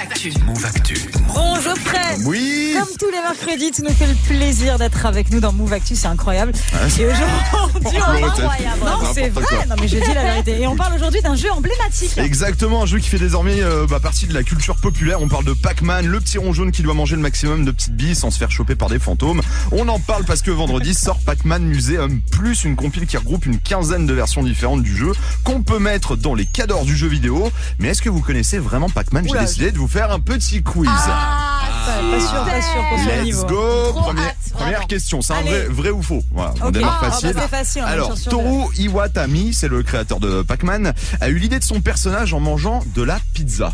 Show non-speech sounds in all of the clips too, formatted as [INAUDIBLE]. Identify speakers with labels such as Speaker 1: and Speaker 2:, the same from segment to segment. Speaker 1: Actu. Move Actu.
Speaker 2: Bon, Geoffrey
Speaker 3: Oui
Speaker 2: Comme tous les mercredis, tu nous fais le plaisir d'être avec nous dans Move Actu, c'est incroyable.
Speaker 3: Ah, c'est-
Speaker 2: Et aujourd'hui, on
Speaker 3: Oh,
Speaker 2: parle...
Speaker 3: t'as-
Speaker 2: hein. Non,
Speaker 3: n'importe
Speaker 2: c'est vrai,
Speaker 3: quoi.
Speaker 2: non mais je dis la vérité. Et on parle aujourd'hui d'un jeu emblématique.
Speaker 3: Exactement, un jeu qui fait désormais euh, bah, partie de la culture populaire. On parle de Pac-Man, le petit rond jaune qui doit manger le maximum de petites billes sans se faire choper par des fantômes. On en parle parce que vendredi sort Pac-Man Museum Plus, une compile qui regroupe une quinzaine de versions différentes du jeu qu'on peut mettre dans les cadors du jeu vidéo. Mais est-ce que vous connaissez vraiment Pac-Man J'ai
Speaker 2: Oula, Ah,
Speaker 3: décidé de vous faire un petit quiz.
Speaker 4: Ah,
Speaker 2: Pas, pas sûr, pas sûr, pas sûr au
Speaker 3: Let's
Speaker 2: niveau.
Speaker 3: go
Speaker 4: Trop
Speaker 3: Première,
Speaker 4: hâte,
Speaker 3: première
Speaker 4: vraiment.
Speaker 3: question, c'est un
Speaker 2: Allez.
Speaker 3: vrai, vrai ou faux Voilà, on
Speaker 2: Ok.
Speaker 3: démarre
Speaker 2: Ah, bah,
Speaker 3: facile.
Speaker 2: c'est facile, on est
Speaker 3: Alors,
Speaker 2: sur- sur
Speaker 3: Toru Iwatami, c'est le créateur de Pac-Man, a eu l'idée de son personnage en mangeant de la pizza.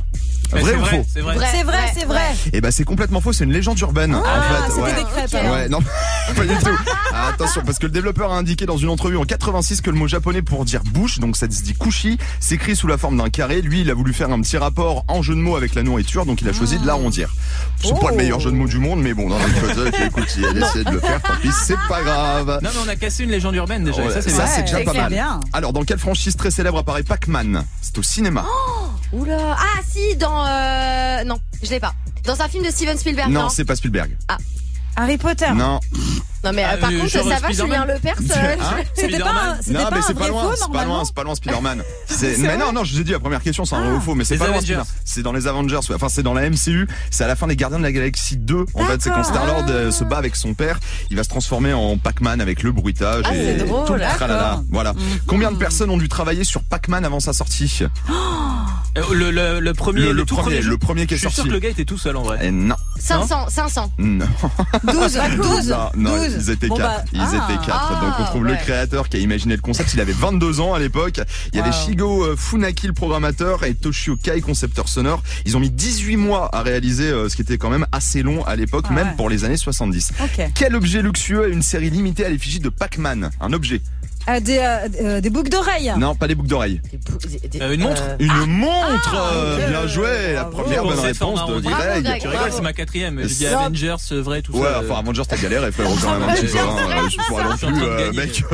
Speaker 1: Mais
Speaker 3: vrai
Speaker 1: c'est
Speaker 3: ou
Speaker 1: vrai,
Speaker 3: faux
Speaker 1: C'est vrai.
Speaker 2: C'est vrai, c'est vrai.
Speaker 3: Eh ben c'est complètement faux, c'est une légende urbaine
Speaker 2: Ah,
Speaker 3: en fait.
Speaker 2: c'était
Speaker 3: ouais.
Speaker 2: des crêpes.
Speaker 4: ok.
Speaker 2: alors.
Speaker 3: Ouais, non, [LAUGHS] pas du tout. Ah, attention, parce que le développeur a indiqué dans une entrevue en 86 que le mot japonais pour dire bouche, donc ça se dit kushi, s'écrit sous la forme d'un carré. Lui, il a voulu faire un petit rapport en jeu de mots avec la nourriture, donc il a choisi de l'arrondir. C'est pas
Speaker 2: Oh.
Speaker 3: le meilleur jeu de mots du monde, mais bon, [LAUGHS] dans le code, écoute, il a essayé de le faire, tant pis, c'est pas grave.
Speaker 1: Non, mais on a cassé une légende urbaine déjà. et
Speaker 3: Ouais,
Speaker 1: ça, c'est
Speaker 3: ça,
Speaker 1: bien.
Speaker 3: c'est déjà
Speaker 4: c'est
Speaker 3: pas mal.
Speaker 2: bien.
Speaker 3: Alors, dans quelle franchise très célèbre apparaît Pac-Man C'est au cinéma.
Speaker 4: Oula. Ah si, dans... euh, Non, je l'ai pas. Dans un film de Steven Spielberg.
Speaker 3: non,
Speaker 4: Non,
Speaker 3: c'est pas Spielberg.
Speaker 2: Harry Potter.
Speaker 3: Non,
Speaker 4: Non, mais euh,
Speaker 1: Ah,
Speaker 4: par
Speaker 1: le
Speaker 4: contre, ça
Speaker 1: genre
Speaker 4: va,
Speaker 1: Spider-Man.
Speaker 3: [LAUGHS]
Speaker 4: Julien Lepers. [LAUGHS] euh,
Speaker 3: Hein
Speaker 2: C'était pas un,
Speaker 1: Spider-Man.
Speaker 2: c'était
Speaker 3: non,
Speaker 2: pas
Speaker 3: mais
Speaker 2: un
Speaker 3: c'est
Speaker 2: vrai
Speaker 3: pas loin,
Speaker 2: faux,
Speaker 3: c'est pas loin,
Speaker 2: normalement
Speaker 3: c'est pas loin Spider-Man. C'est-
Speaker 2: C'est
Speaker 3: mais
Speaker 2: vrai
Speaker 3: non, non, je vous ai dit la première question, c'est un vrai ou faux, mais c'est
Speaker 1: Les
Speaker 3: pas loin.
Speaker 1: Avengers.
Speaker 3: Spider- C'est dans les Avengers, ouais. enfin c'est dans la MCU, c'est à la fin des Gardiens de la Galaxie 2. En fait, c'est quand
Speaker 2: D'accord.
Speaker 3: Star-Lord euh, se bat avec son père, il va se transformer en Pac-Man avec le bruitage
Speaker 4: Ah,
Speaker 3: et
Speaker 4: c'est drôle,
Speaker 3: tout le
Speaker 2: d'accord.
Speaker 3: tralala. Voilà. Combien de personnes ont dû travailler sur Pac-Man avant sa sortie
Speaker 1: Euh, Le, le, le premier,
Speaker 3: Le- le
Speaker 1: tout
Speaker 3: premier,
Speaker 1: jeu.
Speaker 3: le premier qui est
Speaker 1: Je suis sûr
Speaker 3: sorti.
Speaker 1: que le gars était tout seul en vrai.
Speaker 3: Eh Non,
Speaker 4: 500, 500.
Speaker 3: non.
Speaker 2: 12, 12,
Speaker 3: Non, non,
Speaker 2: 12.
Speaker 3: ils étaient
Speaker 2: Bon, bah,
Speaker 3: quatre. ils
Speaker 2: ah.
Speaker 3: étaient quatre.
Speaker 4: Ah,
Speaker 3: Donc on trouve le
Speaker 4: ouais.
Speaker 3: créateur qui a imaginé le concept. Il avait 22 ans à l'époque. Il y avait
Speaker 2: Wow.
Speaker 3: Shigo euh, Funaki, le programmateur, et Toshio Kai, concepteur sonore. Ils ont mis 18 mois à réaliser euh, ce qui était quand même assez long à l'époque,
Speaker 2: Ah
Speaker 3: même
Speaker 2: ouais.
Speaker 3: pour les années 70.
Speaker 2: Ok.
Speaker 3: Quel objet luxueux a une série limitée à l'effigie de Pac-Man Un objet
Speaker 2: Ah, des, euh, euh, des boucles d'oreilles.
Speaker 3: Non, pas des boucles d'oreilles.
Speaker 1: Euh, une montre
Speaker 3: Une montre
Speaker 2: ok.
Speaker 3: euh, Bien joué La
Speaker 2: Bravo.
Speaker 3: première
Speaker 1: Je
Speaker 3: bonne
Speaker 1: pensais
Speaker 3: réponse
Speaker 1: faire
Speaker 3: de
Speaker 1: arrondir.
Speaker 3: Greg.
Speaker 4: Bravo,
Speaker 1: Tu
Speaker 4: Greg.
Speaker 1: rigoles, c'est ma quatrième. J'ai dit
Speaker 3: Ça-
Speaker 1: Avengers, euh, vrai, tout
Speaker 3: Ouais,
Speaker 1: ça. euh,
Speaker 3: enfin Avengers, t'as galéré, frérot, quand même un petit peu. hein. Je pourrais non
Speaker 1: Je suis en train
Speaker 3: plus,
Speaker 1: de
Speaker 3: euh,
Speaker 1: gagner.
Speaker 3: mec.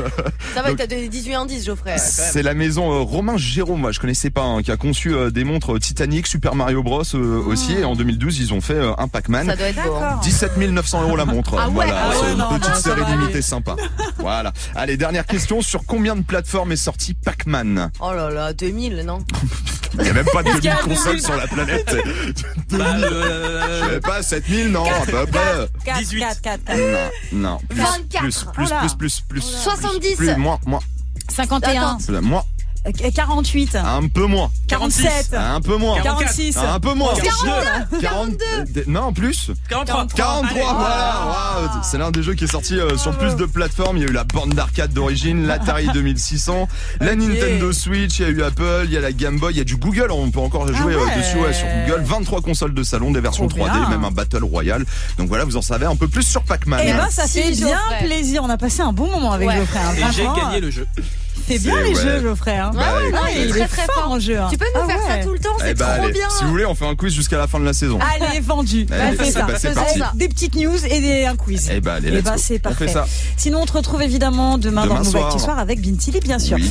Speaker 4: Ça va, il t'a donné 18 indices, Geoffrey.
Speaker 3: C'est la maison euh, Romain Jérôme, moi je connaissais pas, hein, qui a conçu euh, des montres Titanic, Super Mario Bros euh,
Speaker 2: Ah.
Speaker 3: aussi. Et en 2012, ils ont fait euh, un Pac-Man.
Speaker 4: Ça doit être beau. hein.
Speaker 2: D'accord.
Speaker 3: 17 900 euros la montre.
Speaker 4: Ah ouais,
Speaker 3: voilà,
Speaker 4: ah
Speaker 3: c'est
Speaker 2: ouais,
Speaker 3: une
Speaker 2: non,
Speaker 3: petite
Speaker 2: non, ça
Speaker 3: série
Speaker 2: va aller.
Speaker 3: limitée sympa. Voilà. Allez, dernière question sur combien de plateformes est sorti Pac-Man
Speaker 4: Oh là là, 2000, non
Speaker 3: Il n'y a même pas de
Speaker 2: qu'il y a
Speaker 3: 2000 consoles
Speaker 2: 2000?
Speaker 3: sur la planète.
Speaker 2: [LAUGHS]
Speaker 3: [LAUGHS]
Speaker 1: bah,
Speaker 3: Je
Speaker 1: euh,
Speaker 3: sais pas 7000 non, à peu près.
Speaker 2: 4,
Speaker 1: 18.
Speaker 2: 4, 4,
Speaker 3: Non, non. Plus,
Speaker 4: 24.
Speaker 3: Plus, plus,
Speaker 2: Oh là.
Speaker 3: plus, plus, plus.
Speaker 4: Oh là. 70.
Speaker 3: Plus, moins, moins.
Speaker 2: 51,
Speaker 4: Attends.
Speaker 3: C'est la- Moins.
Speaker 2: euh, 48,
Speaker 3: Un peu moins.
Speaker 2: 47,
Speaker 3: Un peu moins.
Speaker 1: 44.
Speaker 2: 46.
Speaker 3: Un peu moins.
Speaker 4: 42.
Speaker 3: 42. Non, plus.
Speaker 1: 43.
Speaker 3: 43,
Speaker 1: Allez.
Speaker 3: voilà wow, C'est l'un des jeux qui est sorti euh, sur plus de plateformes. Il y a eu la borne d'arcade
Speaker 2: [LAUGHS]
Speaker 3: d'origine, l'Atari 2600, la
Speaker 2: Ok.
Speaker 3: Nintendo Switch, il y a eu Apple, il y a la Game Boy, il y a du Google, on peut encore jouer euh,
Speaker 2: Ah ouais.
Speaker 3: dessus ouais, sur Google. 23 consoles de salon, des versions
Speaker 2: Trop
Speaker 3: 3D,
Speaker 2: bien.
Speaker 3: même un Battle Royale. Donc voilà, vous en savez un peu plus sur Pac-Man.
Speaker 2: Eh ben, ça
Speaker 4: Merci,
Speaker 2: fait bien
Speaker 4: Geoffrey.
Speaker 2: plaisir. On a passé un bon moment avec
Speaker 4: Ouais.
Speaker 2: Geoffrey. hein.
Speaker 1: Et j'ai
Speaker 2: Franchement,
Speaker 1: gagné le jeu.
Speaker 2: Fais bien
Speaker 3: C'est-
Speaker 2: les
Speaker 3: ouais.
Speaker 2: jeux, Geoffrey. hein.
Speaker 3: Bah,
Speaker 4: Ouais, ouais,
Speaker 3: écoutez.
Speaker 2: Ah, il est très, fort, en jeu. hein.
Speaker 4: Tu peux nous
Speaker 2: Ah
Speaker 4: faire
Speaker 2: ouais.
Speaker 4: ça tout le temps,
Speaker 3: Eh
Speaker 4: c'est
Speaker 3: ben,
Speaker 4: trop
Speaker 3: allez,
Speaker 4: bien.
Speaker 3: si vous voulez, on fait un quiz jusqu'à la fin de la saison.
Speaker 2: Allez, vendu.
Speaker 3: Allez,
Speaker 2: Bah, fais
Speaker 3: c'est
Speaker 2: ça.
Speaker 3: bah, c'est
Speaker 2: Allez,
Speaker 3: parti.
Speaker 2: Des petites news et des- un quiz.
Speaker 3: Eh ben, allez,
Speaker 2: Eh
Speaker 3: let's
Speaker 2: ben,
Speaker 3: go.
Speaker 2: c'est
Speaker 3: On
Speaker 2: parfait.
Speaker 3: fait ça.
Speaker 2: Sinon, on te retrouve évidemment demain,
Speaker 3: Demain
Speaker 2: dans le Move
Speaker 3: soir.
Speaker 2: Actu Soir avec Bintili, bien sûr.
Speaker 3: Oui.